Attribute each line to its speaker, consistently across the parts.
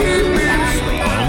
Speaker 1: From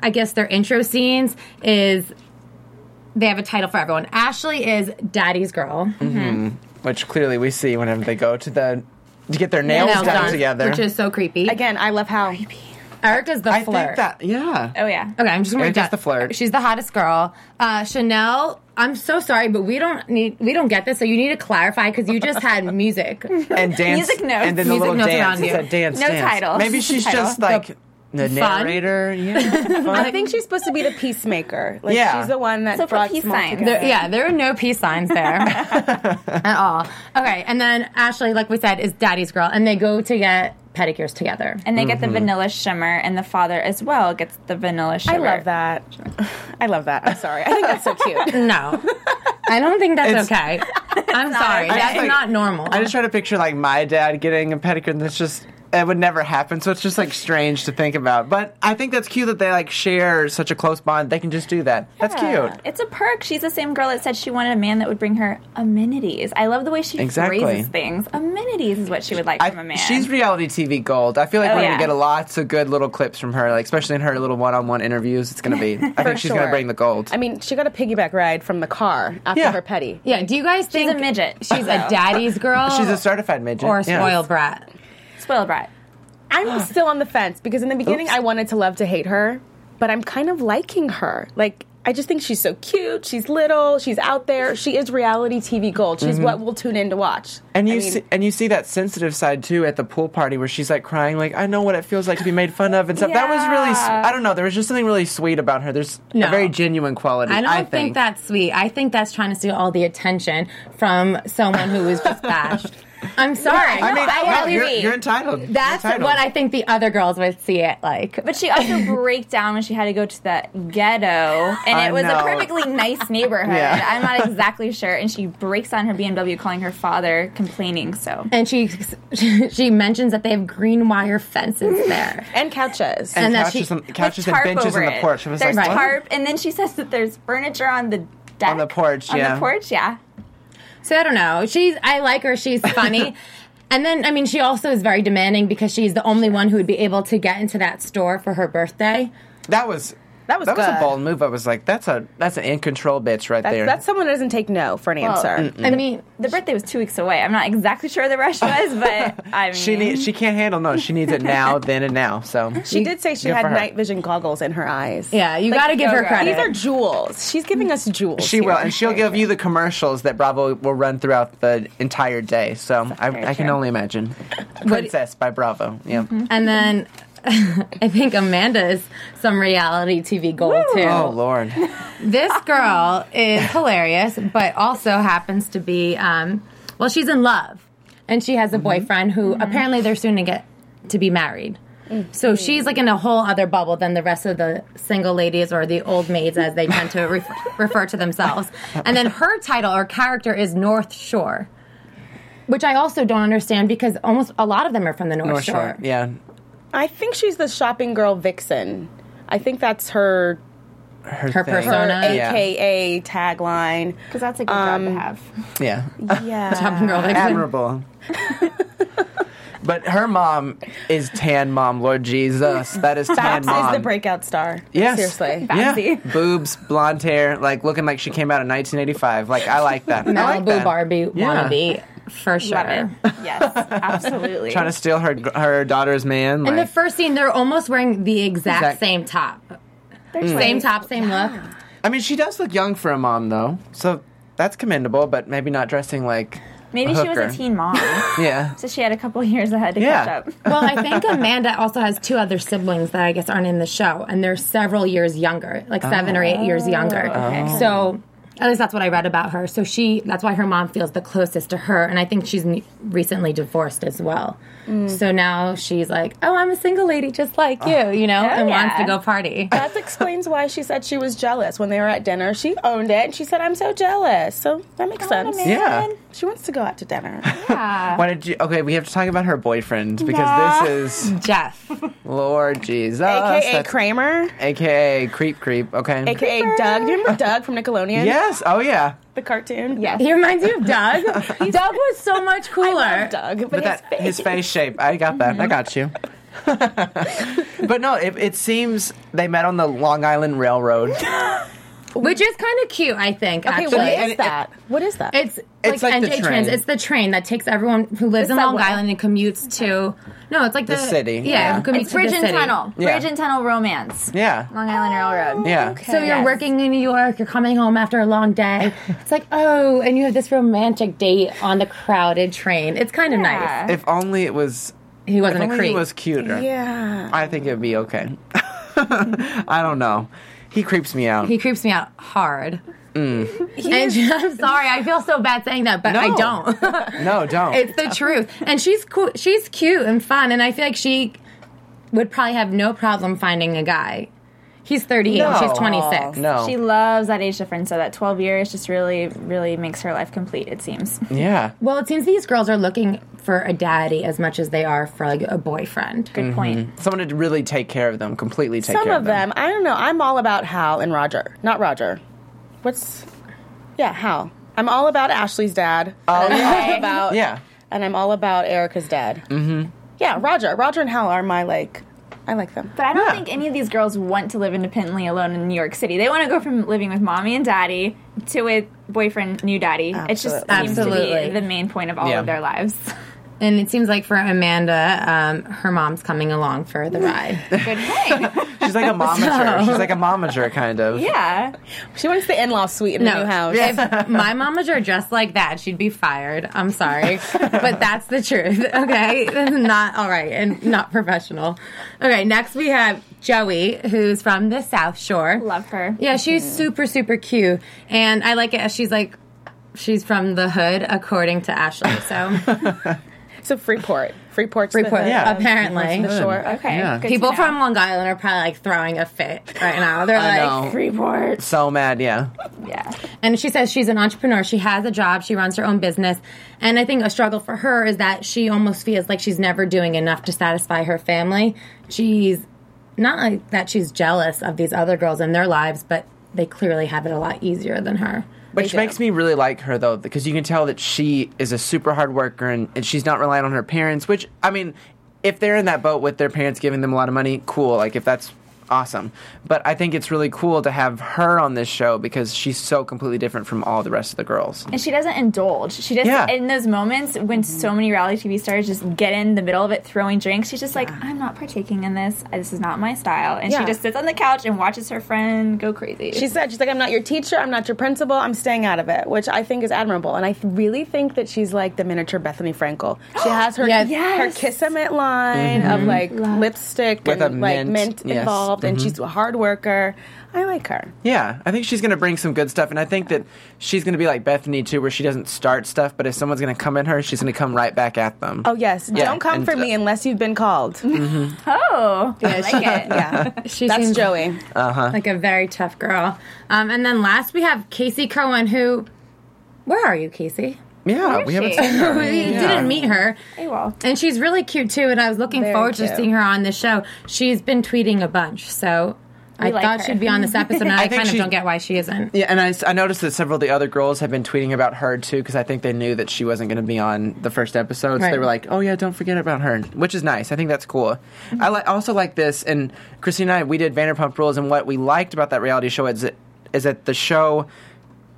Speaker 2: I guess their intro scenes is they have a title for everyone. Ashley is Daddy's girl.
Speaker 3: which clearly we see whenever they go to the to get their nails,
Speaker 2: Nails
Speaker 3: done
Speaker 2: done,
Speaker 3: together.
Speaker 2: which is so creepy.
Speaker 4: Again, I love how
Speaker 2: Erica's the
Speaker 3: I
Speaker 2: flirt.
Speaker 3: think that yeah.
Speaker 5: Oh yeah.
Speaker 2: Okay, I'm just gonna
Speaker 3: Erica's
Speaker 2: write down-
Speaker 3: the flirt.
Speaker 2: She's the hottest girl. Uh, Chanel. I'm so sorry, but we don't need we don't get this, so you need to clarify because you just had music.
Speaker 3: and dance
Speaker 5: Music notes.
Speaker 3: and
Speaker 2: Music
Speaker 3: then the little
Speaker 2: notes
Speaker 3: dance.
Speaker 2: around
Speaker 3: It's
Speaker 2: you.
Speaker 3: a dance.
Speaker 5: No
Speaker 3: dance.
Speaker 5: title.
Speaker 3: Maybe she's
Speaker 5: Title.
Speaker 3: just like the narrator. Yeah,
Speaker 4: I
Speaker 3: fun.
Speaker 4: think she's supposed to be the peacemaker. Like
Speaker 3: Yeah.
Speaker 4: she's the one that
Speaker 5: So for
Speaker 4: brought
Speaker 5: peace
Speaker 4: them all
Speaker 5: signs.
Speaker 4: together.
Speaker 2: There- yeah, there are no peace signs there at all. Okay, and then Ashley, like we said, is Daddy's girl, and they go to get pedicures together.
Speaker 5: And they get
Speaker 3: Mm-hmm.
Speaker 5: the vanilla shimmer, and the father as well gets the vanilla
Speaker 4: I
Speaker 5: shimmer.
Speaker 4: love that. I love that. I'm sorry. I think that's so cute.
Speaker 2: No, I don't think that's okay. I'm sorry,
Speaker 5: okay.
Speaker 2: that's
Speaker 3: Like,
Speaker 2: not normal.
Speaker 3: I just try to picture like my dad getting a pedicure, and that's just it would never happen. So it's just like strange to think about. But I think that's cute that they like share such a close bond. They can just do that. That's cute.
Speaker 5: It's a perk. She's the same girl that said she wanted a man that would bring her amenities. I love the way she
Speaker 3: Exactly.
Speaker 5: phrases things. Amenities is what she would like from a
Speaker 3: I,
Speaker 5: man.
Speaker 3: she's reality TV gold. I feel like
Speaker 5: Oh,
Speaker 3: we're
Speaker 5: yeah.
Speaker 3: gonna get lots of good little clips from her, like especially in her little one-on-one interviews. It's gonna be. I think she's
Speaker 4: sure.
Speaker 3: gonna bring the gold.
Speaker 4: I mean, she got a piggyback ride from the car after
Speaker 3: Yeah.
Speaker 4: her petty.
Speaker 2: yeah, do you guys think
Speaker 5: a midget,
Speaker 2: She's a daddy's girl.
Speaker 3: she's a certified midget
Speaker 2: or a
Speaker 3: Yeah.
Speaker 2: spoiled brat.
Speaker 5: spoiled brat.
Speaker 4: I'm still on the fence because in the beginning I wanted to love to hate her, but I'm kind of liking her. Like I just think she's so cute. She's little. She's out there. She is reality TV gold. She's what we'll tune in to watch.
Speaker 3: Mm-hmm. And
Speaker 4: I
Speaker 3: you
Speaker 4: mean,
Speaker 3: see, and you see that sensitive side too at the pool party where she's like crying, like I know what it feels like to be made fun of and stuff. That was really, s-
Speaker 5: Yeah.
Speaker 3: I don't know. There was just something really sweet about her. There's
Speaker 2: No.
Speaker 3: a very genuine quality.
Speaker 2: I don't
Speaker 3: I
Speaker 2: think. that's sweet. I think that's trying to steal all the attention from someone who was just bashed. I'm sorry.
Speaker 3: I mean,
Speaker 2: But
Speaker 3: no,
Speaker 2: really
Speaker 3: you're,
Speaker 2: mean.
Speaker 3: you're entitled. You're
Speaker 2: That's
Speaker 3: entitled.
Speaker 2: what I think the other girls would see it like.
Speaker 5: But she also broke down when she had to go to the ghetto, and
Speaker 3: I
Speaker 5: it was
Speaker 3: know.
Speaker 5: a perfectly nice neighborhood.
Speaker 3: Yeah.
Speaker 5: I'm not exactly sure. And she breaks down her BMW, calling her father, complaining. So
Speaker 2: And she she mentions that they have green wire fences there.
Speaker 4: and couches.
Speaker 3: And,
Speaker 2: and that
Speaker 3: couches,
Speaker 2: she-
Speaker 3: on, couches
Speaker 5: With
Speaker 3: and
Speaker 5: tarp
Speaker 3: benches
Speaker 5: over
Speaker 3: on the
Speaker 5: it.
Speaker 3: porch. I was
Speaker 5: there's
Speaker 3: like, what?
Speaker 5: tarp, and then she says that there's furniture on the deck.
Speaker 3: On the porch,
Speaker 5: On
Speaker 3: yeah.
Speaker 5: the porch, yeah.
Speaker 2: So I don't know. She's I like her. She's funny. And then, I mean, she also is very demanding because she's the only one who would be able to get into that store for her birthday.
Speaker 3: That was
Speaker 4: That was
Speaker 3: that was a
Speaker 4: good.
Speaker 3: bold move. I was like, that's a that's an in control bitch right
Speaker 4: that's,
Speaker 3: there. Mm,
Speaker 4: that's someone who doesn't take no for an answer.
Speaker 2: I mean,
Speaker 5: The birthday was two weeks away. I'm not exactly sure the rush was, but I mean,
Speaker 3: she need, she can't handle no. She needs it now, then and now. So
Speaker 4: She did say she
Speaker 3: Good
Speaker 4: had
Speaker 3: for her.
Speaker 4: night vision goggles in her eyes.
Speaker 2: yeah, you got to give
Speaker 5: go
Speaker 2: her
Speaker 5: girl.
Speaker 2: credit.
Speaker 4: These are jewels. She's giving us jewels.
Speaker 3: She
Speaker 4: here.
Speaker 3: will, and she'll give you the commercials that Bravo will run throughout the entire day. So I, I can
Speaker 5: true.
Speaker 3: only imagine. Princess by Bravo. Yeah.
Speaker 2: And then I think Amanda's some reality TV goal too.
Speaker 3: Oh Lord.
Speaker 2: This girl is hilarious, but also happens to be um, well, she's in love, and she has a
Speaker 5: Mm-hmm.
Speaker 2: boyfriend who apparently they're soon to get to be married. So
Speaker 5: Mm-hmm.
Speaker 2: she's like in a whole other bubble than the rest of the single ladies or the old maids as they tend to refer, refer to themselves. And then her title or character is North Shore, which I also don't understand because almost a lot of them are from the North,
Speaker 3: North Shore.
Speaker 2: Shore.
Speaker 3: Yeah.
Speaker 4: I think she's the shopping girl vixen. I think that's her
Speaker 3: her,
Speaker 2: Her
Speaker 3: thing.
Speaker 2: persona.
Speaker 4: Her
Speaker 2: Yeah.
Speaker 4: AKA tagline.
Speaker 5: Because that's a good job
Speaker 3: Um,
Speaker 5: to have.
Speaker 3: Yeah.
Speaker 2: Top
Speaker 4: Yeah.
Speaker 2: girl. like-
Speaker 3: admirable. but her mom is tan mom, Lord Jesus. That is tan
Speaker 4: Babs
Speaker 3: mom.
Speaker 4: is the breakout star.
Speaker 3: um, Yes.
Speaker 4: Seriously.
Speaker 3: Yeah.
Speaker 5: Babsy.
Speaker 3: Boobs, blonde hair, like looking like she came out in 1985. Like I like that. I like
Speaker 2: Malibu
Speaker 3: that.
Speaker 2: Barbie
Speaker 3: Yeah.
Speaker 2: wannabe for sure.
Speaker 5: Love it. Yes, absolutely.
Speaker 3: Trying to steal her her daughter's man. Like,
Speaker 2: In the first scene, they're almost wearing the exact,
Speaker 3: Exact-
Speaker 2: same top,
Speaker 5: They're
Speaker 2: same
Speaker 5: like-
Speaker 2: top, same look.
Speaker 3: I mean, she does look young for a mom though, so that's commendable. But maybe not dressing like
Speaker 5: Maybe
Speaker 3: a
Speaker 5: she was a
Speaker 3: hooker.
Speaker 5: teen mom,
Speaker 3: yeah.
Speaker 5: so she had a couple years ahead to
Speaker 3: Yeah.
Speaker 5: catch up.
Speaker 2: Well, I think Amanda also has two other siblings that I guess aren't in the show, and they're several years younger, like seven or eight years younger. So. At least that's what I read about her. So she, that's why her mom feels the closest to her. And I think she's n- recently divorced as well.
Speaker 4: Mm.
Speaker 2: So now she's like, oh, I'm a single lady just like you, you know, and wants to
Speaker 5: yeah.
Speaker 2: go party.
Speaker 4: That explains why she said she was jealous when they were at dinner. She owned it and she said, I'm so jealous. So that makes sense.
Speaker 5: man.
Speaker 3: Yeah.
Speaker 4: She wants to go out to dinner.
Speaker 3: Why did you? Okay, we have to talk about her boyfriend because
Speaker 5: Nah.
Speaker 3: this is
Speaker 2: Jeff.
Speaker 3: Lord Jesus,
Speaker 4: AKA
Speaker 3: That's-
Speaker 4: Kramer.
Speaker 3: AKA creep, creep. Okay.
Speaker 4: AKA Doug. Do you remember Doug from Nickelodeon?
Speaker 3: yes. Oh yeah.
Speaker 4: The cartoon?
Speaker 5: Yes.
Speaker 2: He reminds you of Doug. Doug was so much cooler.
Speaker 4: I love Doug, but,
Speaker 3: but
Speaker 4: his
Speaker 3: that
Speaker 4: face.
Speaker 3: his face shape. I got that. I got you. but no, it, it seems they met on the Long Island Railroad.
Speaker 2: Which is kind of cute, I think.
Speaker 4: Okay,
Speaker 2: actually,
Speaker 4: what
Speaker 3: and
Speaker 4: is
Speaker 3: it-
Speaker 4: that? What is that?
Speaker 2: it's
Speaker 3: It's
Speaker 2: like,
Speaker 3: like the
Speaker 2: NJ
Speaker 3: train.
Speaker 2: trains. It's the train that takes everyone who lives
Speaker 5: The
Speaker 2: in Long
Speaker 5: subway.
Speaker 2: Island and commutes to. No, it's like the,
Speaker 3: city,
Speaker 2: Yeah,
Speaker 3: yeah.
Speaker 2: who commutes
Speaker 5: It's
Speaker 2: to the
Speaker 5: Bridge and
Speaker 2: city.
Speaker 5: Tunnel.
Speaker 3: Yeah.
Speaker 5: Bridge and Tunnel romance.
Speaker 3: Yeah.
Speaker 5: Long Island Railroad.
Speaker 3: Yeah.
Speaker 2: So you're
Speaker 5: Yes.
Speaker 2: working in New York. You're coming home after a long day. It's like oh, and you have this romantic date on the crowded train. It's kind of nice.
Speaker 5: Yeah.
Speaker 3: If only it was.
Speaker 2: He
Speaker 3: If
Speaker 2: wasn't a
Speaker 3: only
Speaker 2: creep.
Speaker 3: he was cuter.
Speaker 4: yeah.
Speaker 3: I think it'd be okay. I don't know. He creeps me out.
Speaker 2: he creeps me out hard. And I'm sorry, I feel so bad saying that, but I
Speaker 3: Mm. No.
Speaker 2: don't.
Speaker 3: no, don't.
Speaker 2: It's the truth. And she's cool. She's cute and fun. And I feel like she would probably have no problem finding a guy. He's 38 and
Speaker 3: No.
Speaker 2: she's 26.
Speaker 3: no.
Speaker 5: She loves that age difference, so that 12 years just really, really makes her life complete, it seems.
Speaker 3: yeah.
Speaker 2: Well, it seems these girls are looking for a daddy as much as they are for like a boyfriend.
Speaker 5: Good
Speaker 3: Mm-hmm.
Speaker 5: point.
Speaker 3: Someone to really take care of them. Completely take
Speaker 4: Some
Speaker 3: care
Speaker 4: of them. I don't know. I'm all about Hal and Roger. Not Roger. What's. Yeah, Hal. I'm all about Ashley's dad. and I'm all about.
Speaker 3: Oh, Yeah.
Speaker 4: And I'm all about Erica's dad. Mm-hmm. Yeah, Roger. Roger and Hal are my, like. I like them.
Speaker 5: But I don't
Speaker 3: Yeah.
Speaker 5: think any of these girls want to live independently alone in New York City. They want to go from living with mommy and daddy to with boyfriend, new daddy. It just
Speaker 4: Absolutely.
Speaker 5: seems to be
Speaker 2: Absolutely.
Speaker 5: the main point of all
Speaker 3: Yeah.
Speaker 5: of their lives.
Speaker 2: And it seems like for Amanda, um, her mom's coming along for the ride.
Speaker 5: Good point.
Speaker 3: She's like a momager. She's like a momager, kind of.
Speaker 5: yeah.
Speaker 4: She wants the in law suite in the new house.
Speaker 2: Oh. if my mamas are dressed like that, she'd be fired. I'm sorry, but that's the truth. Okay, this is not all right and not professional. Okay, next we have Joey, who's from the South Shore.
Speaker 5: Love her.
Speaker 2: Yeah, she's super super cute, and I like it as she's like. She's from the hood, according to Ashley. So
Speaker 4: So Freeport. Freeport's The
Speaker 2: Freeport,
Speaker 4: hood.
Speaker 3: Yeah.
Speaker 2: apparently,
Speaker 3: Good.
Speaker 4: Sure. Okay.
Speaker 5: Okay.
Speaker 3: Yeah.
Speaker 5: good to
Speaker 2: people
Speaker 5: know.
Speaker 2: from Long Island are probably like throwing a fit right now. They're
Speaker 3: I
Speaker 2: like,
Speaker 3: know.
Speaker 5: Freeport.
Speaker 3: So mad. Yeah.
Speaker 5: Yeah.
Speaker 2: And she says she's an entrepreneur. She has a job. She runs her own business. And I think a struggle for her is that she almost feels like she's never doing enough to satisfy her family. She's not like that she's jealous of these other girls in their lives, but they clearly have it a lot easier than her.
Speaker 3: Which makes me really like her though, because you can tell that she is a super hard worker and, and she's not relying on her parents. Which I mean, if they're in that boat with their parents giving them a lot of money, cool. Like if that's awesome. But I think it's really cool to have her on this show because she's so completely different from all the rest of the girls.
Speaker 5: And she doesn't indulge. She just
Speaker 3: Yeah.
Speaker 5: in those moments when
Speaker 4: Mm-hmm.
Speaker 5: so many reality TV stars just get in the middle of it throwing drinks. She's just like, I'm not partaking in this. This is not my style. And
Speaker 4: Yeah.
Speaker 5: she just sits on the couch and watches her friend go crazy.
Speaker 4: She said, she's like, I'm not your teacher, I'm not your principal, I'm staying out of it, which I think is admirable. And I th- really think that she's like the miniature Bethany Frankel. She has her,
Speaker 2: Yes.
Speaker 4: her Kiss a Mint line of like lipstick
Speaker 3: Mm-hmm. With
Speaker 4: and
Speaker 3: a
Speaker 4: like
Speaker 3: mint,
Speaker 4: mint
Speaker 3: yes. Mm-hmm.
Speaker 4: involved, and she's a hard worker. I like her.
Speaker 3: Yeah, I think she's going to bring some good stuff, and I think that she's going to be like Bethany too, where she doesn't start stuff, but if someone's going to come at her, she's going to come right back at them.
Speaker 4: Oh, yes.
Speaker 3: Yeah,
Speaker 4: Don't come
Speaker 3: and- uh,
Speaker 4: for me unless you've been called.
Speaker 5: Oh, I like it.
Speaker 4: yeah.
Speaker 2: She
Speaker 4: That's
Speaker 2: seems
Speaker 4: Joey.
Speaker 2: like a very tough girl. Um, and then last we have Casey Cohen, who, where are you, Casey?
Speaker 3: yeah, we haven't
Speaker 5: she?
Speaker 3: seen her.
Speaker 2: We didn't meet her.
Speaker 5: well.
Speaker 2: And she's really cute too, and I was looking
Speaker 4: Very
Speaker 2: forward
Speaker 4: cute.
Speaker 2: to seeing her on the show. She's been tweeting a bunch, so I
Speaker 5: like
Speaker 2: thought
Speaker 5: her.
Speaker 2: she'd be on this episode, and I,
Speaker 3: think Mm.
Speaker 2: kind of
Speaker 3: she-
Speaker 2: don't get why she isn't.
Speaker 3: Yeah, and I, s- I noticed that several of the other girls have been tweeting about her too because I think they knew that she wasn't going to be on the first episode. So they
Speaker 2: Right.
Speaker 3: were like, "Oh yeah, don't forget about her," which is nice. I think that's cool. I li- also like this, and Christine and I we did Vanderpump Rules, and what we liked about that reality show is that, is that the show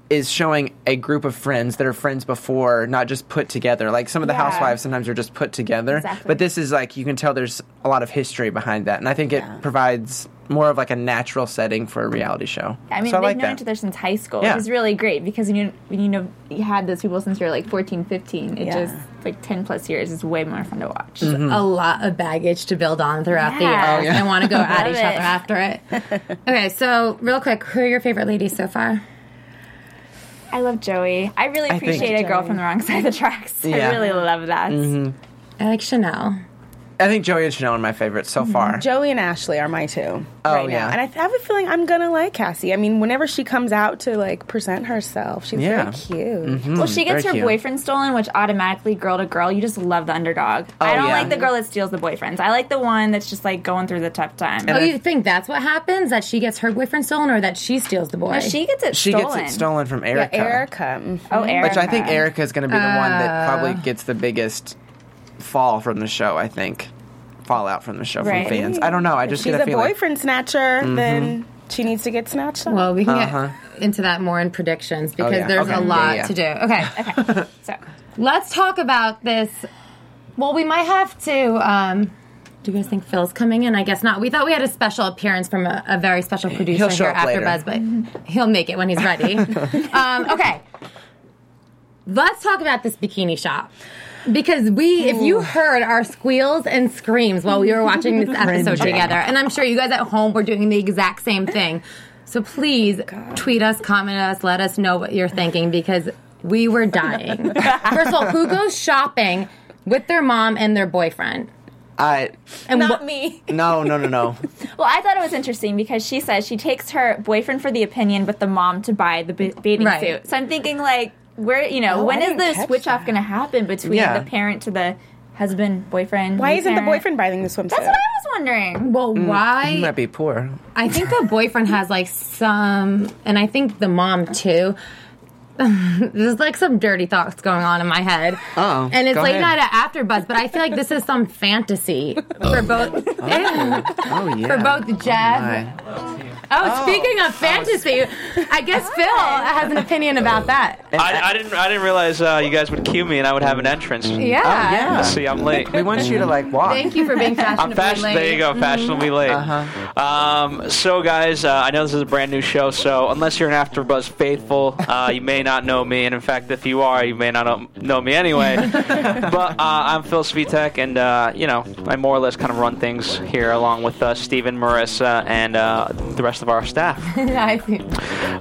Speaker 3: is showing a group of friends that are friends before, not just put together. Like some of the
Speaker 5: Yeah.
Speaker 3: housewives sometimes are just put together,
Speaker 5: Exactly.
Speaker 3: but this is like you can tell there's a lot of history behind that, and I think it provides more of like a natural setting for a reality show.
Speaker 5: I mean,
Speaker 3: so I
Speaker 5: they've
Speaker 3: like
Speaker 5: known
Speaker 3: that.
Speaker 5: each other since high school,
Speaker 3: Yeah.
Speaker 5: which is really great because when you when you know you had those people since you were like 14, 15, it
Speaker 4: Yeah.
Speaker 5: just like ten plus years is way more fun to watch.
Speaker 3: Mm-hmm.
Speaker 2: a lot of baggage to build on throughout
Speaker 5: Yeah.
Speaker 2: the
Speaker 5: Oh,
Speaker 2: years. I want to go at
Speaker 5: Love
Speaker 2: each
Speaker 5: it.
Speaker 2: other after it. Okay, so real quick, who are your favorite ladies so far?
Speaker 5: I love Joey. I really
Speaker 3: think-
Speaker 5: appreciate a girl from the wrong side of the tracks.
Speaker 3: Yeah. Mm-hmm.
Speaker 5: I really love that.
Speaker 2: I like Chanel.
Speaker 3: I think Joey and Chanel are my favorites
Speaker 2: Mm-hmm.
Speaker 3: so far.
Speaker 4: Joey and Ashley are my two
Speaker 3: Oh,
Speaker 4: right
Speaker 3: yeah.
Speaker 4: now, and I have a feeling I'm gonna like Cassie. I mean, whenever she comes out to like present herself, she's
Speaker 3: Yeah.
Speaker 4: very cute.
Speaker 5: Well, she gets her
Speaker 3: Hmm, very cute.
Speaker 5: boyfriend stolen, which automatically, girl to girl, you just love the underdog. I don't
Speaker 3: Oh, yeah.
Speaker 5: like the girl that steals the boyfriends. I like the one that's just like going through the tough time.
Speaker 2: Oh, you think that's what happens? That she gets her boyfriend stolen, or that she steals the boy?
Speaker 5: No, she gets it
Speaker 3: she
Speaker 5: stolen.
Speaker 3: gets it stolen from Erica.
Speaker 4: Erica. Mm-hmm.
Speaker 5: Oh, Erica.
Speaker 3: Which I think Erica is going to be the one that
Speaker 2: Uh.
Speaker 3: probably gets the biggest fall from the show, I think. Fallout from the show
Speaker 5: Right.
Speaker 3: from fans. I don't know. I just
Speaker 4: She's
Speaker 3: get a
Speaker 4: a
Speaker 3: feeling.
Speaker 4: boyfriend snatcher. Then she needs to get snatched. Up.
Speaker 2: well, we can
Speaker 3: Uh-huh. Oh,
Speaker 2: get into that more in predictions because
Speaker 3: yeah.
Speaker 2: there's
Speaker 3: Okay.
Speaker 2: a lot
Speaker 3: Yeah, yeah.
Speaker 2: to do. Okay,
Speaker 5: Okay. So,
Speaker 2: let's talk about this. Well, we might have to. Um, do you guys think Phil's coming in? I guess not. We thought we had a special appearance from a, a very special producer
Speaker 3: He'll show
Speaker 2: here
Speaker 3: up
Speaker 2: after
Speaker 3: later.
Speaker 2: Buzz, but he'll make it when he's ready. um, okay, let's talk about this bikini shop because we, if you heard our squeals and screams while we were watching this episode together, and I'm sure you guys at home were doing the exact same thing. So please tweet us, comment us, let us know what you're thinking because we were dying. First of all, who goes shopping with their mom and their boyfriend?
Speaker 3: I,
Speaker 2: And
Speaker 4: Not
Speaker 2: wha-
Speaker 4: me.
Speaker 3: no, no, no, no.
Speaker 5: well, I thought it was interesting because she says she takes her boyfriend for the opinion, but the mom to buy the b- bathing
Speaker 2: Right.
Speaker 5: suit. So I'm thinking, like, where you
Speaker 3: Oh,
Speaker 5: know, when
Speaker 4: I
Speaker 5: is
Speaker 4: didn't
Speaker 5: the
Speaker 4: catch
Speaker 5: switch off going to happen between
Speaker 3: Yeah.
Speaker 5: the parent to the husband, boyfriend?
Speaker 4: Why isn't the
Speaker 5: parent?
Speaker 4: boyfriend buying the swimsuit?
Speaker 5: That's what I was wondering.
Speaker 2: Well,
Speaker 3: He
Speaker 2: why?
Speaker 3: might be poor.
Speaker 2: I think the boyfriend has like some, and I think the mom too. There's like some dirty thoughts going on in my head.
Speaker 3: Oh,
Speaker 2: and it's
Speaker 3: go
Speaker 2: late
Speaker 3: ahead.
Speaker 2: night at after buzz, but I feel like this is some fantasy for both
Speaker 3: Oh, yeah.
Speaker 2: for both Jazz.
Speaker 3: My.
Speaker 2: Oh, speaking of fantasy, I guess Phil has an opinion about that.
Speaker 6: I, I didn't. I didn't realize uh, you guys would cue me, and I would have an entrance.
Speaker 2: Yeah.
Speaker 3: oh, yeah.
Speaker 6: See, I'm late.
Speaker 3: We want you to, like, walk.
Speaker 2: Thank you for being fashionably
Speaker 6: I'm fashion.
Speaker 2: late.
Speaker 6: There you go, fashionably late. Um, so, guys, uh, I know this is a brand new show, so unless you're an AfterBuzz faithful, uh, you may not know me, and in fact, if you are, you may not know- know me anyway. but uh, I'm Phil Svitek, and uh, you know, I more or less kind of run things here, along with uh, Steven, Marissa, and uh, the rest of our staff.
Speaker 2: I see.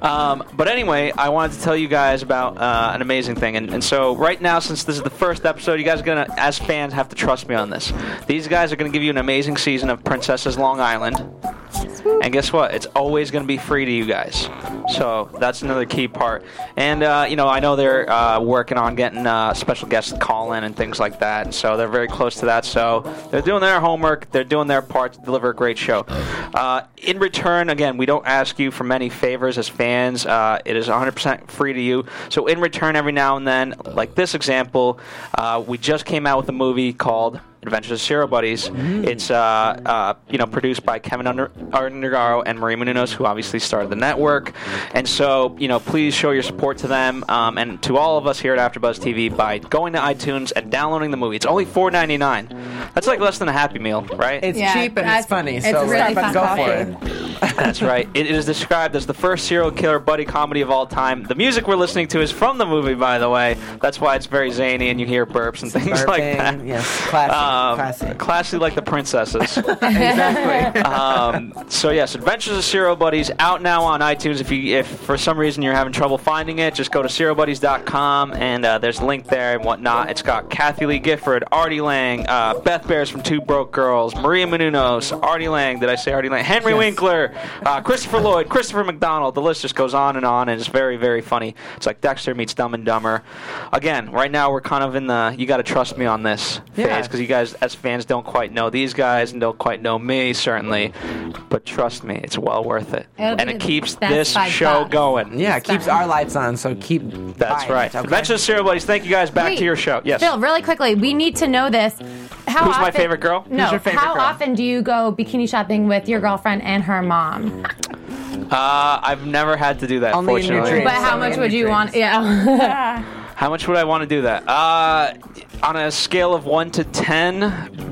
Speaker 6: Um, but anyway, I wanted to tell you guys about uh, an amazing thing. And, and so, right now, since this is the first episode, you guys are going to, as fans, have to trust me on this. These guys are going to give you an amazing season of Princesses Long Island. And guess what? It's always going to be free to you guys. So that's another key part. And, uh, you know, I know they're uh, working on getting uh, special guests to call in and things like that. So they're very close to that. So they're doing their homework. They're doing their part to deliver a great show. Uh, in return, again, we don't ask you for many favors as fans. Uh, it is 100% free to you. So in return, every now and then, like this example, uh, we just came out with a movie called Adventures of Zero Buddies. It's uh, uh, you know produced by Kevin Under- Undergaro and Marie Menounos, who obviously started the network. And so you know, please show your support to them um, and to all of us here at AfterBuzz TV by going to iTunes and downloading the movie. It's only $4.99. That's like less than a Happy Meal, right?
Speaker 3: It's
Speaker 2: Yeah,
Speaker 3: cheap and
Speaker 2: that's-
Speaker 3: it's funny,
Speaker 2: it's
Speaker 3: so
Speaker 2: really
Speaker 3: like,
Speaker 2: fun
Speaker 3: go
Speaker 2: coffee.
Speaker 3: for it.
Speaker 6: That's right. It is described as the first serial killer buddy comedy of all time. The music we're listening to is from the movie, by the way. That's why it's very zany and you hear burps and things like
Speaker 3: Burping,
Speaker 6: that.
Speaker 3: Yes, classic.
Speaker 6: Um,
Speaker 3: classic.
Speaker 6: classy like the princesses.
Speaker 3: exactly.
Speaker 6: um, so yes, Adventures of Zero Buddies out now on iTunes. If you if for some reason you're having trouble finding it, just go to zerobuddies.com and uh, there's a link there and whatnot. It's got Kathy Lee Gifford, Artie Lang, uh, Beth Bears from Two Broke Girls, Maria Menounos, Artie Lang. Did I say Artie Lang? Henry Winkler, uh, Christopher Lloyd, Christopher McDonald. The list just goes on and on, and it's very very funny. It's like Dexter meets Dumb and Dumber. Again, right now we're kind of in the you got to trust me on this phase
Speaker 3: Yeah.
Speaker 6: because you guys as fans don't quite know these guys and don't quite know me certainly, but trust me, it's well worth it,
Speaker 2: It'll
Speaker 6: and
Speaker 2: be
Speaker 6: it
Speaker 2: the
Speaker 6: keeps
Speaker 2: best
Speaker 6: this
Speaker 2: five
Speaker 6: show
Speaker 2: bucks.
Speaker 6: going.
Speaker 3: Yeah, it keeps our lights on, so keep.
Speaker 6: That's
Speaker 3: buying
Speaker 6: right.
Speaker 3: it, okay?
Speaker 6: Mention the cereal buddies. Thank you guys. Back
Speaker 2: Wait,
Speaker 6: to your show. Yes.
Speaker 2: Phil, really quickly, we need to know this. How
Speaker 6: Who's my
Speaker 2: often-
Speaker 6: favorite girl?
Speaker 2: No.
Speaker 3: Who's your favorite
Speaker 2: how
Speaker 3: girl?
Speaker 2: often do you go bikini shopping with your girlfriend and her mom?
Speaker 6: Uh, I've never had to do that.
Speaker 3: Only in your
Speaker 6: fortunately.
Speaker 3: dreams. Oh.
Speaker 2: But how
Speaker 3: so
Speaker 2: much
Speaker 3: many
Speaker 2: would you
Speaker 3: drinks.
Speaker 2: want? Yeah.
Speaker 6: How much would I want to do that? Uh, on a scale of one to ten,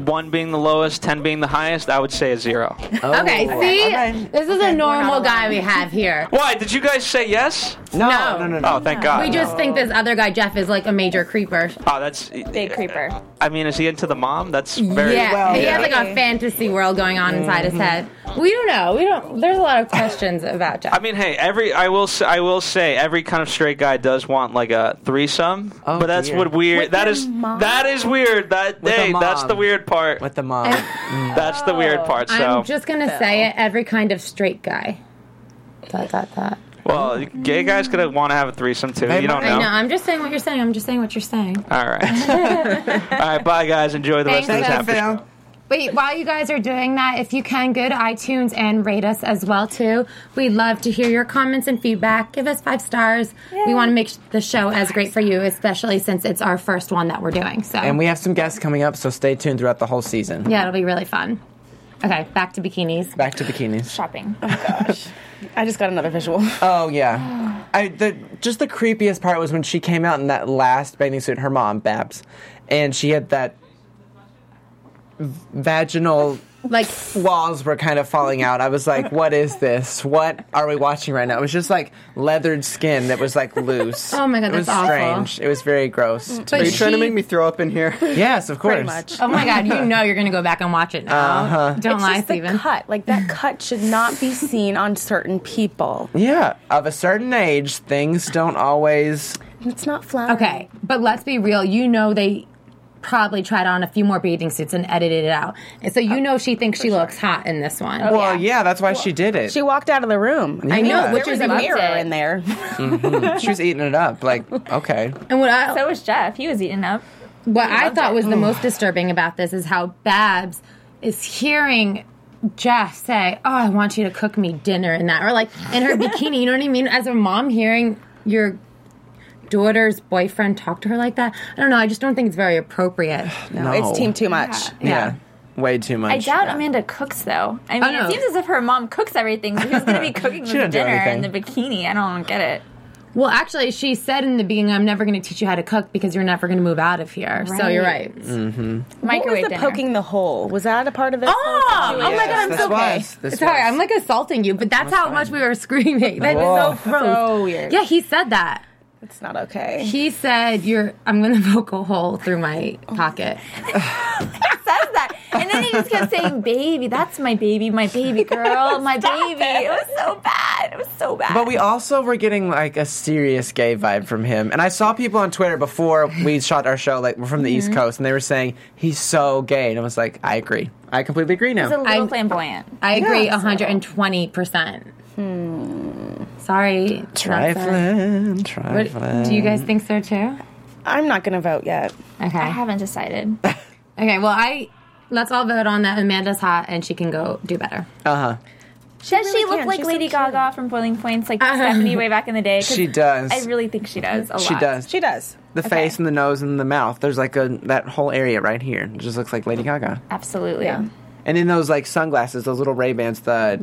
Speaker 6: one being the lowest, ten being the highest, I would say a zero.
Speaker 3: Oh.
Speaker 2: okay. See,
Speaker 3: Okay.
Speaker 2: this is a normal guy we have here.
Speaker 6: Why? Did you guys say yes?
Speaker 3: No,
Speaker 2: No.
Speaker 3: no, no, no.
Speaker 6: Oh, thank God.
Speaker 2: We just think this other guy Jeff is like a major creeper.
Speaker 6: Oh, that's
Speaker 5: Big creeper.
Speaker 6: I mean, is he into the mom? That's very.
Speaker 2: yeah,
Speaker 3: well,
Speaker 2: he
Speaker 3: yeah. Mm-hmm.
Speaker 2: has like a fantasy world going on inside his head. We don't know. We don't. There's a lot of questions about Jeff.
Speaker 6: I mean, hey, every I will say, I will say every kind of straight guy does want like a threesome,
Speaker 3: Oh,
Speaker 6: but that's
Speaker 3: dear.
Speaker 6: what weird.
Speaker 4: With
Speaker 6: That
Speaker 4: your
Speaker 6: is
Speaker 4: mom?
Speaker 6: that is weird. That
Speaker 3: With a
Speaker 6: hey, that's the
Speaker 3: mom.
Speaker 6: weird part.
Speaker 3: With the mom.
Speaker 6: That's the weird part. So,
Speaker 2: I'm just gonna say it. Every kind of straight guy. Dot dot dot.
Speaker 6: well, gay guys gonna want to have a threesome too.
Speaker 3: They
Speaker 6: you don't
Speaker 3: might.
Speaker 6: know.
Speaker 2: I know. I'm just saying what you're saying. I'm just saying what you're saying.
Speaker 6: All right. All right. Bye, guys. Enjoy the rest
Speaker 2: Thanks,
Speaker 6: of
Speaker 3: Thank
Speaker 6: this
Speaker 3: you,
Speaker 6: after.
Speaker 3: Phil.
Speaker 2: But while you guys are doing that, if you can, go to iTunes and rate us as well too. We'd love to hear your comments and feedback. Give us five stars. We want to make the show as great for you, especially since it's our first one that we're doing. So
Speaker 3: And we have some guests coming up, so stay tuned throughout the whole season.
Speaker 2: yeah, it'll be really fun. Okay, back to bikinis.
Speaker 3: Back to bikinis.
Speaker 5: Shopping.
Speaker 4: I just got another visual.
Speaker 3: Oh yeah, I the just the creepiest part was when she came out in that last bathing suit, her mom Babs, and she had that v- vaginal
Speaker 2: Like
Speaker 3: walls were kind of falling out. I was like, what is this? What are we watching right now? It was just like leathered skin that was like loose.
Speaker 2: Oh my God,
Speaker 3: it was
Speaker 2: that's awful.
Speaker 3: strange. It was very gross.
Speaker 2: but
Speaker 7: Are you
Speaker 2: she-
Speaker 7: trying to make me throw up in here?
Speaker 3: yes, of course.
Speaker 4: Pretty much.
Speaker 2: Oh my god, you know you're gonna go back and watch it now.
Speaker 3: Uh-huh.
Speaker 2: Don't
Speaker 4: It's
Speaker 2: lie,
Speaker 4: just the
Speaker 2: Steven.
Speaker 4: cut. Like that cut should not be seen on certain people.
Speaker 3: Yeah, of a certain age, things don't always.
Speaker 4: It's not flattering.
Speaker 2: Okay, but let's be real. You know they probably tried on a few more bathing suits and edited it out, and so you know she thinks she looks hot in this one.
Speaker 3: Well, yeah, that's why she did it.
Speaker 4: She walked out of the room.
Speaker 3: I know,
Speaker 4: There
Speaker 2: which
Speaker 4: was
Speaker 2: is
Speaker 4: a
Speaker 2: about
Speaker 4: mirror
Speaker 5: it.
Speaker 4: in there.
Speaker 3: she was eating it up. Like, okay.
Speaker 2: And what I
Speaker 5: So was Jeff. He was eating up.
Speaker 2: What I thought was the most disturbing about this is how Babs is hearing Jeff say, "Oh, I want you to cook me dinner," and that, or like in her bikini. You know what I mean? As a mom, hearing your daughter's boyfriend talk to her like that, I don't know. I just don't think it's very appropriate.
Speaker 3: No.
Speaker 4: It's team too much.
Speaker 3: Oh. Yeah. Way too much.
Speaker 5: I doubt Amanda cooks though. I mean,
Speaker 2: no.
Speaker 5: it seems as if her mom cooks everything. So who's going to be cooking
Speaker 3: don't
Speaker 5: this
Speaker 3: do
Speaker 5: dinner in the
Speaker 3: anything.
Speaker 5: bikini? I don't get it.
Speaker 2: Well, actually, she said in the beginning, "I'm never going to teach you how to cook because you're never going to move out of here." So you're
Speaker 5: Right.
Speaker 2: right.
Speaker 4: What was
Speaker 5: Microwave
Speaker 4: the
Speaker 5: dinner.
Speaker 4: poking the hole? Was that a part of this?
Speaker 2: Oh, oh my god, I'm
Speaker 3: This
Speaker 2: so
Speaker 3: was, this
Speaker 2: sorry.
Speaker 3: was.
Speaker 2: I'm like assaulting you, but that's how much we were screaming. That was so
Speaker 4: Whoa.
Speaker 2: gross.
Speaker 4: Oh. So weird.
Speaker 2: Yeah, he said that.
Speaker 4: It's not okay.
Speaker 2: He said, "You're. I'm gonna poke a hole through my pocket."
Speaker 5: says that. And then he just kept saying, baby, that's my baby, my baby girl, my baby. It. was so bad. It was so bad.
Speaker 3: But we also were getting like a serious gay vibe from him. And I saw people on Twitter before we shot our show, like we're from the East Coast, and they were saying he's so gay. And I was like, I agree. I completely agree
Speaker 5: It was a
Speaker 3: now.
Speaker 5: little
Speaker 2: I-
Speaker 5: flamboyant.
Speaker 2: I agree,
Speaker 3: Yeah, so-
Speaker 2: 120 percent. Hmm. Sorry, not sorry.
Speaker 3: Trifling,
Speaker 2: What-
Speaker 3: trifling.
Speaker 2: do you guys think so too?
Speaker 4: I'm not going to vote yet.
Speaker 5: I
Speaker 2: Okay.
Speaker 5: haven't decided.
Speaker 2: Okay. Well, I let's all vote on that. Amanda's hot, and she can go do better.
Speaker 3: Uh huh.
Speaker 5: Does she
Speaker 4: really
Speaker 5: look
Speaker 4: can.
Speaker 5: like
Speaker 4: She's so
Speaker 5: Lady
Speaker 4: cute.
Speaker 5: Gaga from Boiling Points, like Stephanie way back in the day? 'Cause
Speaker 3: She does.
Speaker 5: I really think she does. A
Speaker 3: She
Speaker 5: lot.
Speaker 3: does.
Speaker 4: She does.
Speaker 3: the face and the nose and the mouth. There's like a that whole area right here. It just looks like Lady Gaga.
Speaker 5: Absolutely.
Speaker 3: And then those like sunglasses, those little Ray Bans, the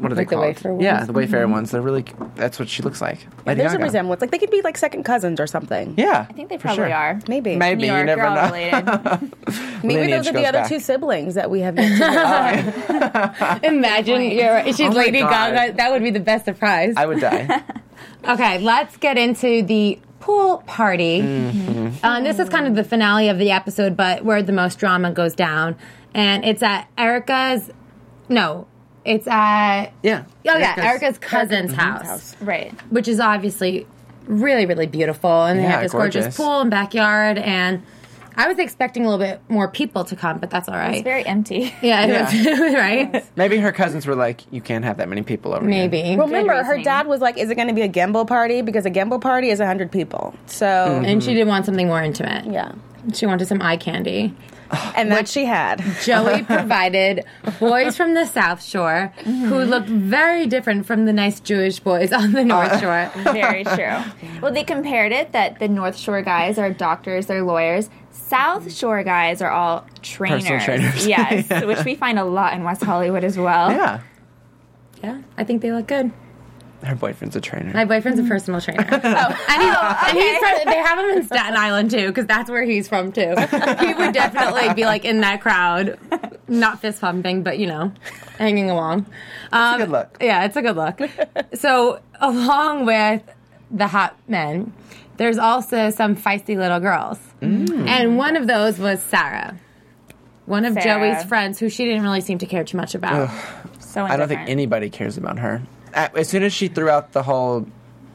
Speaker 3: what are they
Speaker 2: Like the
Speaker 3: called?
Speaker 2: Wayfair ones?
Speaker 3: Yeah, the Wayfair ones. They're really. That's what she looks like. Lady
Speaker 4: There's a
Speaker 3: Gaga.
Speaker 4: resemblance. Like they could be like second cousins or something.
Speaker 3: Yeah,
Speaker 5: I think they
Speaker 3: for
Speaker 5: probably
Speaker 3: sure.
Speaker 5: are.
Speaker 4: Maybe.
Speaker 3: Maybe
Speaker 5: New
Speaker 3: you
Speaker 5: York
Speaker 3: never
Speaker 5: girl
Speaker 3: know.
Speaker 5: related.
Speaker 4: Maybe those
Speaker 3: Lineage
Speaker 4: are
Speaker 3: goes
Speaker 4: the other
Speaker 3: back.
Speaker 4: two siblings that we have. Yet to know.
Speaker 2: Imagine you're, she's
Speaker 3: my
Speaker 2: Lady
Speaker 3: God.
Speaker 2: Gaga. That would be the best surprise.
Speaker 3: I would die.
Speaker 2: Okay, let's get into the pool party. Um, this is kind of the finale of the episode, but where the most drama goes down, and it's at Erica's. No, it's at
Speaker 3: Yeah.
Speaker 2: oh yeah, Erica's cousin's house,
Speaker 5: right.
Speaker 2: which is obviously really really beautiful, and they
Speaker 3: Yeah,
Speaker 2: have this gorgeous.
Speaker 3: gorgeous.
Speaker 2: pool and backyard. And I was expecting a little bit more people to come, but that's all right.
Speaker 5: It's very empty.
Speaker 2: yeah, it was- right?
Speaker 3: Maybe her cousins were like, "You can't have that many people over here."
Speaker 2: Maybe.
Speaker 4: Well, remember, her
Speaker 5: reasoning.
Speaker 4: dad was like, "Is it going to be a gembo party? Because a gembo party is hundred people." So
Speaker 3: Hmm.
Speaker 2: Mm. and she did want something more intimate.
Speaker 4: yeah,
Speaker 2: She wanted some eye candy.
Speaker 4: and that she had.
Speaker 2: Joey provided boys from the South Shore who looked very different from the nice Jewish boys on the North Shore.
Speaker 5: Very true. Well, they compared it that the North Shore guys are doctors, they're lawyers. South Shore guys are all trainers.
Speaker 3: trainers.
Speaker 5: Yes, which we find a lot in West Hollywood as well.
Speaker 3: Yeah.
Speaker 2: Yeah, I think they look good.
Speaker 3: Her boyfriend's a trainer.
Speaker 2: My boyfriend's a personal trainer. oh, and he's, and he's from, they have him in Staten Island too, because that's where he's from too. He would definitely be like in that crowd, not fist pumping, but you know, hanging along. Um,
Speaker 3: good look.
Speaker 2: Yeah, it's a good look. so, along with the hot men, there's also some feisty little girls, and one of those was Sarah. One of
Speaker 5: Sarah.
Speaker 2: Joey's friends, who she didn't really seem to care too much about.
Speaker 5: So
Speaker 3: I don't think
Speaker 5: indifferent.
Speaker 3: anybody cares about her. A- As soon as she threw out the whole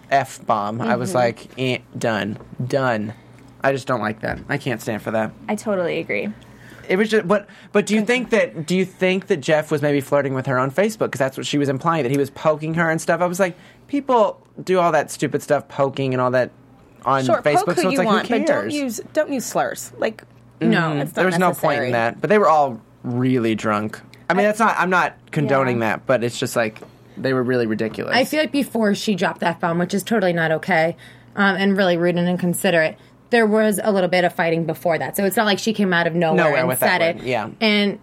Speaker 3: f bomb, I was like, eh, done, done. I just don't like that. I can't stand for that.
Speaker 5: I totally agree.
Speaker 3: It was just, but but do you think that do you think that Jeff was maybe flirting with her on Facebook because that's what she was implying that he was poking her and stuff? I was like, people do all that stupid stuff, poking and all that on
Speaker 4: Sure,
Speaker 3: Facebook.
Speaker 4: poke who
Speaker 3: so it's
Speaker 4: you
Speaker 3: like,
Speaker 4: want,
Speaker 3: who
Speaker 4: but
Speaker 3: cares? Mm-hmm.
Speaker 4: don't use don't use slurs. Like
Speaker 2: No,
Speaker 4: it's not
Speaker 3: there was no point
Speaker 4: necessary.
Speaker 3: in that. But they were all really drunk. I mean, that's not. I'm not condoning
Speaker 5: Yeah.
Speaker 3: that, but it's just like they were really ridiculous.
Speaker 2: I feel like before she dropped that bomb, which is totally not okay, um, and really rude and inconsiderate, there was a little bit of fighting before that. So it's not like she came out of nowhere,
Speaker 3: Nowhere
Speaker 2: and
Speaker 3: with
Speaker 2: said
Speaker 3: that
Speaker 2: it.
Speaker 3: word, yeah.
Speaker 2: And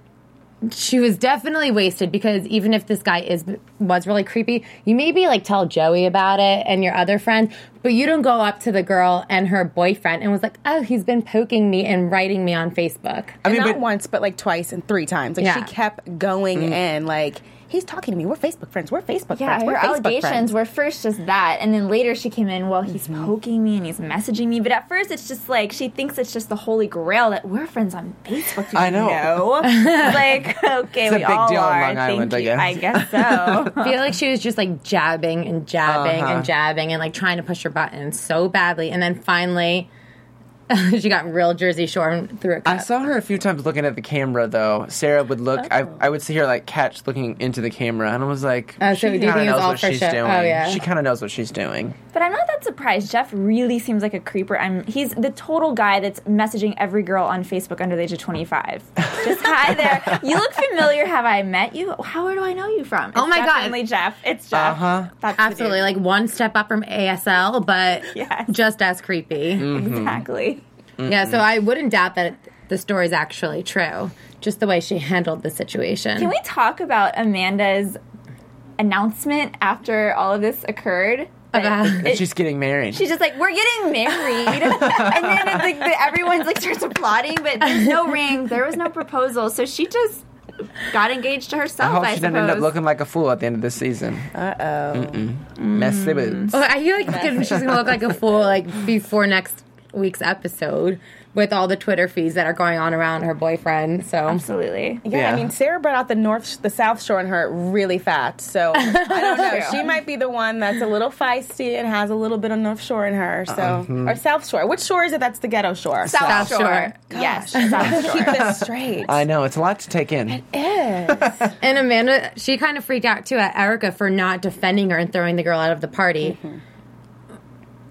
Speaker 2: she was definitely wasted because even if this guy is was really creepy, you maybe like tell Joey about it and your other friend, but you don't go up to the girl and her boyfriend and was like, "Oh, he's been poking me and writing me on Facebook."
Speaker 3: I
Speaker 4: and
Speaker 3: mean,
Speaker 4: not
Speaker 3: but Mm.
Speaker 4: once, but like twice and three times. Like
Speaker 2: Yeah.
Speaker 4: she kept going in. Like he's talking to me. We're Facebook friends. We're Facebook
Speaker 5: Yeah,
Speaker 4: friends.
Speaker 5: her
Speaker 4: We're Facebook
Speaker 5: allegations
Speaker 4: friends.
Speaker 5: were first just that, and then later she came in. Well, he's
Speaker 3: Mm-hmm.
Speaker 5: poking me and he's messaging me, but at first it's just like she thinks it's just the holy grail that we're friends on Facebook. Do
Speaker 3: I
Speaker 5: you
Speaker 3: know.
Speaker 5: like okay,
Speaker 3: a
Speaker 5: we
Speaker 3: big
Speaker 5: all
Speaker 3: deal on
Speaker 5: are.
Speaker 3: Long Island,
Speaker 5: Thank
Speaker 3: I
Speaker 5: you. I guess so.
Speaker 2: I feel like she was just like jabbing and jabbing
Speaker 3: Uh-huh.
Speaker 2: and jabbing and like trying to push her button so badly, and then finally she got real Jersey Shore and threw it.
Speaker 3: I saw her a few times looking at the camera, though. Sarah would look. I, I would see her like catch looking into the camera, and I was like,
Speaker 2: Oh, so do
Speaker 3: she
Speaker 2: you think
Speaker 3: kind of
Speaker 2: it was
Speaker 3: knows
Speaker 2: all
Speaker 3: what
Speaker 2: for
Speaker 3: she's
Speaker 2: show? Oh,
Speaker 3: doing.
Speaker 2: yeah.
Speaker 3: She kind of knows what she's doing.
Speaker 5: but I'm not that surprised. Jeff really seems like a creeper. I'm he's the total guy that's messaging every girl on Facebook under the age of 25. Just hi there. You look familiar. Have I met you? How do I know you from?
Speaker 2: Oh
Speaker 5: It's
Speaker 2: my God.
Speaker 5: definitely Jeff. It's Jeff.
Speaker 3: Uh-huh.
Speaker 5: That's the dude.
Speaker 2: Absolutely, like one step up from ASL, but
Speaker 5: Yes.
Speaker 2: just as creepy.
Speaker 3: Mm-hmm. Hmm.
Speaker 5: Exactly.
Speaker 2: Yeah, so I wouldn't doubt that the story's actually true. Just the way she handled the situation.
Speaker 5: Can we talk about Amanda's announcement after all of this occurred? That
Speaker 2: About-
Speaker 5: it-
Speaker 3: she's getting married.
Speaker 5: she's just like, we're getting married, and then it's like the, everyone's like starts applauding, but there's no ring, there was no proposal, so she just got engaged to
Speaker 3: I
Speaker 5: herself.
Speaker 3: hope
Speaker 5: I,
Speaker 3: she
Speaker 5: suppose.
Speaker 3: doesn't end up looking like a fool at the end of this season. Uh oh. Messy boots.
Speaker 2: But I feel like it's gonna- she's gonna look like a fool like before next week's episode with all the Twitter feeds that are going on around her boyfriend. So
Speaker 5: Absolutely.
Speaker 4: Yeah,
Speaker 3: Yeah.
Speaker 4: I mean, Sarah brought out the north, the South Shore in her really fast. So I don't know. she might be the one that's a little feisty and has a little bit of North Shore in her. So
Speaker 3: Uh-huh.
Speaker 4: or South Shore. Which shore is it? That's the ghetto shore.
Speaker 5: South, Shore.
Speaker 2: Shore.
Speaker 5: Yes, South
Speaker 4: Keep
Speaker 5: Shore.
Speaker 4: this straight.
Speaker 3: I know it's a lot to take in.
Speaker 4: Yeah.
Speaker 2: And Amanda, she kind of freaked out too at Erica for not defending her and throwing the girl out of the party.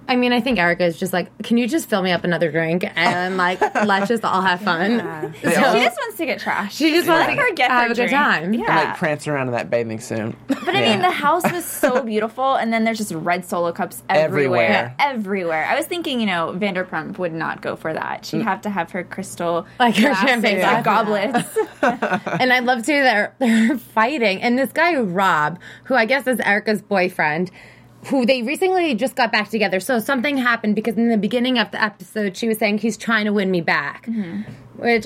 Speaker 2: I mean, I think Erica is just like, can you just fill me up another drink and like let's just all have fun?
Speaker 3: They
Speaker 2: So-
Speaker 3: all-
Speaker 5: She just wants to get trashed.
Speaker 2: She just wants
Speaker 5: Let
Speaker 2: to
Speaker 5: her get
Speaker 2: have
Speaker 5: her
Speaker 2: a good
Speaker 5: drink.
Speaker 2: time.
Speaker 5: Yeah.
Speaker 3: like prancing around in that bathing suit.
Speaker 5: But I mean, the house was so beautiful, and then there's just red solo cups
Speaker 3: Everywhere.
Speaker 5: everywhere. Everywhere. I was thinking, you know, Vanderpump would not go for that. She'd have to have her crystal,
Speaker 2: Mm. Like her
Speaker 5: glasses
Speaker 2: champagne
Speaker 5: or
Speaker 2: glass.
Speaker 5: goblets.
Speaker 2: and I love too they're they're fighting. And this guy Rob, who I guess is Erica's boyfriend, who they recently just got back together. So something happened because in the beginning of the episode, she was saying he's trying to win me back, which.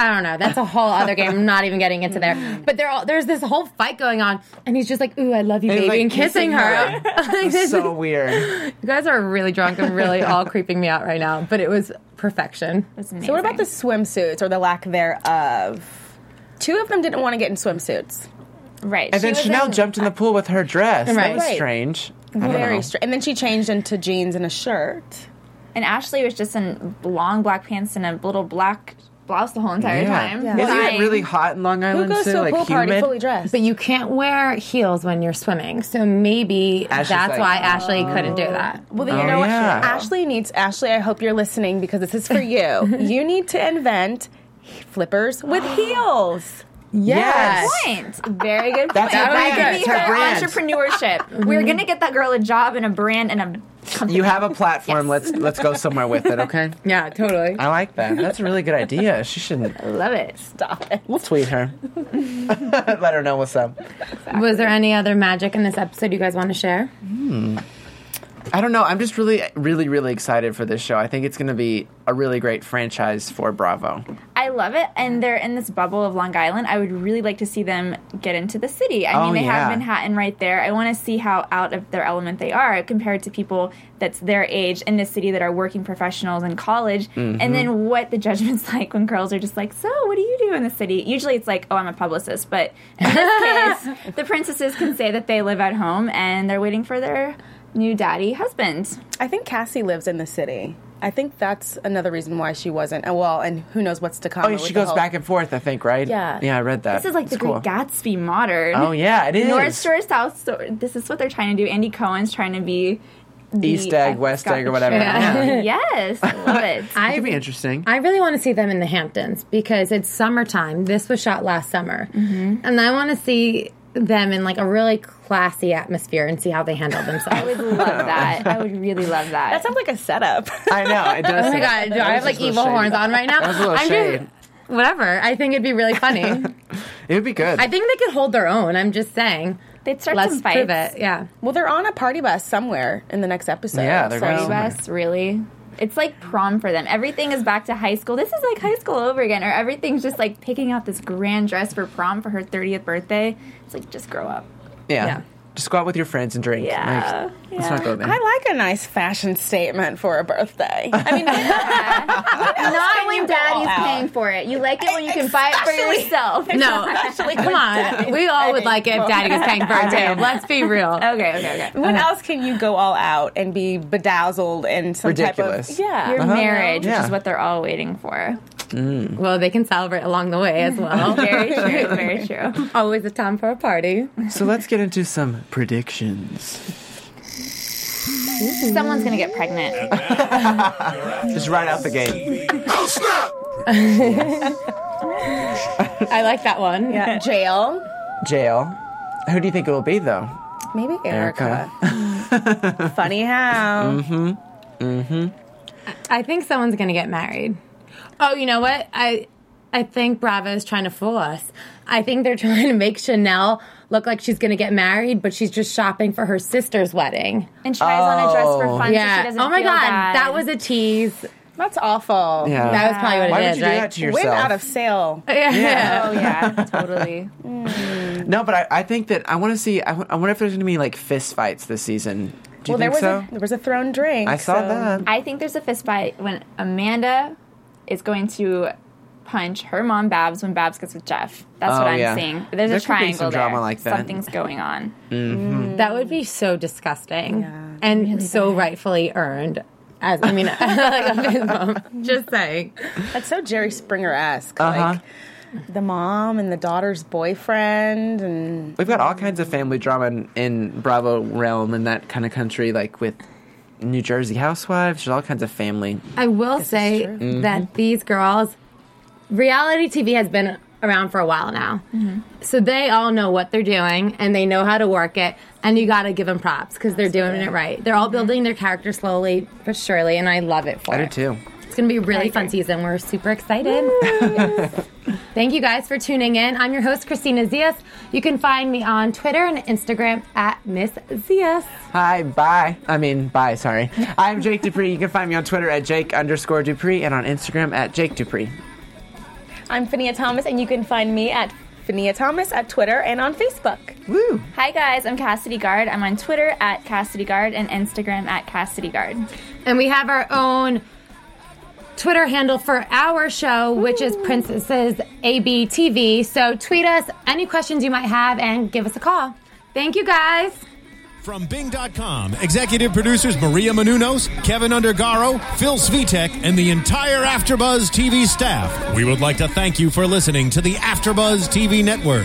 Speaker 2: I don't know. That's a whole other game. I'm not even getting into there. But there, all, there's this whole fight going on, and he's just like, "Ooh, I love you,
Speaker 3: And he's,
Speaker 2: baby,"
Speaker 3: like,
Speaker 2: and kissing
Speaker 3: kissing
Speaker 2: her. Like, this
Speaker 3: so
Speaker 2: is-
Speaker 3: weird.
Speaker 2: you guys are really drunk and really all creeping me out right now. But it was perfection.
Speaker 4: So what about the swimsuits or the lack thereof? Two of them didn't want to get in swimsuits.
Speaker 5: right?
Speaker 3: And then
Speaker 5: was
Speaker 3: Chanel
Speaker 5: in-
Speaker 3: jumped in the pool with her dress.
Speaker 2: Right.
Speaker 3: That was
Speaker 4: Right.
Speaker 3: strange. I don't know.
Speaker 4: Very straight. And then she changed into jeans and a shirt.
Speaker 5: and Ashley was just in long black pants and a little black blouse the whole entire time.
Speaker 3: Isn't it
Speaker 5: Crying.
Speaker 3: really hot in Long
Speaker 4: Who
Speaker 3: Island
Speaker 4: goes
Speaker 3: too?
Speaker 4: to a
Speaker 3: like
Speaker 4: pool
Speaker 3: humid.
Speaker 4: party fully dressed?
Speaker 2: But you can't wear heels when you're swimming, so maybe
Speaker 3: Ashley's
Speaker 2: that's
Speaker 3: like,
Speaker 2: why Ashley couldn't do that.
Speaker 4: Well, then you
Speaker 3: Oh,
Speaker 4: know what?
Speaker 3: yeah.
Speaker 4: Ashley needs. Ashley, I hope you're listening because this is for you. you need to invent flippers with heels.
Speaker 3: Yes.
Speaker 5: Point.
Speaker 4: Very good.
Speaker 3: That's
Speaker 4: point.
Speaker 3: her
Speaker 5: That
Speaker 3: brand.
Speaker 5: would
Speaker 3: It's
Speaker 5: be her
Speaker 3: her brand. Mhm.
Speaker 5: entrepreneurship. We're gonna get that girl a job and a brand and a company.
Speaker 3: You have a platform. Let's let's go somewhere with it. Okay.
Speaker 2: Yeah, totally.
Speaker 3: I like that. That's a really good idea. She shouldn't.
Speaker 5: Love it. Stop it.
Speaker 3: We'll tweet her. Let her know what's up.
Speaker 2: Was there any other magic in this episode you guys want to share?
Speaker 3: I don't know. I'm just really, really, really excited for this show. I think it's going to be a really great franchise for Bravo.
Speaker 5: I love it, and they're in this bubble of Long Island. I would really like to see them get into the city. I
Speaker 3: Oh,
Speaker 5: mean, they
Speaker 3: yeah.
Speaker 5: have Manhattan right there. I want to see how out of their element they are compared to people that's their age in the city that are working professionals in college,
Speaker 3: Mm-hmm.
Speaker 5: and then what the judgment's like when girls are just like, "So, what do you do in the city?" Usually, it's like, "Oh, I'm a publicist," but in this case, the princesses can say that they live at home and they're waiting for their new daddy husband.
Speaker 4: I think Cassie lives in the city. I think that's another reason why she wasn't. uh, Well, and who knows what's to come.
Speaker 3: Oh, yeah,
Speaker 4: with
Speaker 3: she
Speaker 4: the
Speaker 3: goes
Speaker 4: whole-
Speaker 3: back and forth. I think, right?
Speaker 4: Yeah.
Speaker 3: Yeah, I read that.
Speaker 5: This is like
Speaker 3: It's
Speaker 5: the Great Gatsby modern.
Speaker 3: Oh yeah, it is.
Speaker 5: North Shore, South Shore. This is what they're trying to do. Andy Cohen's trying to be the
Speaker 3: East egg, west egg, or whatever.
Speaker 5: Yeah.
Speaker 3: Yeah.
Speaker 5: yes, I love it.
Speaker 3: It could be interesting.
Speaker 2: I really want to see them in the Hamptons because it's summertime. This was shot last summer. And I want to see them in like a really classy atmosphere and see how they handle
Speaker 5: I
Speaker 2: themselves.
Speaker 5: would love that. I would really love that.
Speaker 4: That sounds like a setup.
Speaker 3: I know it does.
Speaker 2: oh my god, do I have like evil horns on right now?
Speaker 3: That was a little
Speaker 2: I'm
Speaker 3: shade.
Speaker 2: just whatever. I think it'd be really funny.
Speaker 3: It would be good.
Speaker 2: I think they could hold their own. I'm just saying.
Speaker 5: They'd start
Speaker 2: Let's
Speaker 5: some fights.
Speaker 2: prove it. Yeah.
Speaker 4: well, they're on a party bus somewhere in the next episode.
Speaker 3: Yeah, they're
Speaker 5: Party
Speaker 3: going somewhere.
Speaker 5: bus, Oh really. It's like prom for them. Everything is back to high school. This is like high school over again, or everything's just like picking out this grand dress for prom for her 30th birthday. It's like, just grow up.
Speaker 3: yeah.
Speaker 2: yeah.
Speaker 3: Just go out with your friends and drink.
Speaker 5: Yeah,
Speaker 3: Like, Let's not go there.
Speaker 4: I like a nice fashion statement for a birthday. I mean,
Speaker 5: Not when
Speaker 4: you go all
Speaker 5: daddy's
Speaker 4: out?
Speaker 5: paying for it. You like it when you can buy it for
Speaker 4: Especially-
Speaker 5: yourself.
Speaker 2: No, come on. We all would like it if Daddy was paying for it too. Let's be real.
Speaker 5: Okay, okay, okay.
Speaker 4: when else can you go all out and be bedazzled and some
Speaker 3: Ridiculous.
Speaker 4: Type of, yeah.
Speaker 5: Your marriage, which
Speaker 3: Uh-huh. Yeah.
Speaker 5: is what they're all waiting for.
Speaker 2: Well, they can celebrate along the way as well.
Speaker 5: Very true, very true.
Speaker 2: Always a time for a party.
Speaker 3: So let's get into some predictions.
Speaker 5: Someone's gonna get pregnant.
Speaker 3: Just right out the gate.
Speaker 2: I like that one. Yeah.
Speaker 4: jail.
Speaker 3: Jail. Who do you think it will be though?
Speaker 4: Maybe Erica. Funny how.
Speaker 2: I think someone's gonna get married. Oh, you know what? I I think Bravo is trying to fool us. I think they're trying to make Chanel look like she's gonna get married, but she's just shopping for her sister's wedding.
Speaker 5: And she tries on a dress for fun so she
Speaker 2: yeah.
Speaker 5: doesn't
Speaker 2: Oh my
Speaker 5: feel
Speaker 2: god,
Speaker 5: bad.
Speaker 2: that was a tease.
Speaker 4: That's awful.
Speaker 3: Yeah.
Speaker 2: That was probably what it
Speaker 3: Why
Speaker 2: is,
Speaker 3: would you do that
Speaker 2: right?
Speaker 3: to
Speaker 4: Win
Speaker 3: yourself?
Speaker 4: out of sale.
Speaker 2: yeah.
Speaker 5: Oh yeah, totally.
Speaker 3: No, but I, I think that I want to see. I, w- I wonder if there's going to be like fist fights this season. Do you
Speaker 4: well, there
Speaker 3: think
Speaker 4: was
Speaker 3: so?
Speaker 4: a there was a thrown drink.
Speaker 3: I saw
Speaker 4: so-
Speaker 3: that.
Speaker 5: I think there's a fist fight when Amanda is going to punch her mom Babs when Babs gets with Jeff. That's
Speaker 3: Oh,
Speaker 5: what I'm
Speaker 3: yeah.
Speaker 5: seeing. There's
Speaker 3: There could be
Speaker 5: a
Speaker 3: some
Speaker 5: triangle there.
Speaker 3: drama like that.
Speaker 5: Something's going on.
Speaker 2: That would be so disgusting and so rightfully earned. As I mean, like a minimum. just saying.
Speaker 4: That's so Jerry Springer esque.
Speaker 3: Uh-huh.
Speaker 4: Like the mom and the daughter's boyfriend and
Speaker 3: We've got all kinds of family drama in, in Bravo realm in that kind of country, like with New Jersey housewives. There's all kinds of family.
Speaker 2: I will say that these girls, reality TV has been around for a while now, so they all know what they're doing and they know how to work it. And you got to give them props because they're doing it right. They're all building their character slowly but surely, and I love it for
Speaker 3: I do
Speaker 2: it.
Speaker 3: too.
Speaker 2: It's gonna be a really fun season. We're super excited. Thank you guys for tuning in. I'm your host, Christina Zias. You can find me on Twitter and Instagram at Miss Zias.
Speaker 3: Hi, bye. I mean, bye. Sorry. I'm Jake Dupree. You can find me on Twitter at Jake underscore Dupree and on Instagram at Jake Dupree.
Speaker 4: I'm Phinia Thomas and you can find me at Phinia Thomas at Twitter and on Facebook.
Speaker 3: Woo!
Speaker 5: Hi guys, I'm Cassidy Guard. I'm on Twitter at Cassidy Guard and Instagram at Cassidy Guard.
Speaker 2: And we have our own Twitter handle for our show, which is Princesses ABTV. So tweet us any questions you might have and give us a call. Thank you guys.
Speaker 1: From Bing.com, executive producers Maria Manunos, Kevin Undergaro, Phil Svitek, and the entire Afterbuzz TV staff. We would like to thank you for listening to the Afterbuzz TV Network.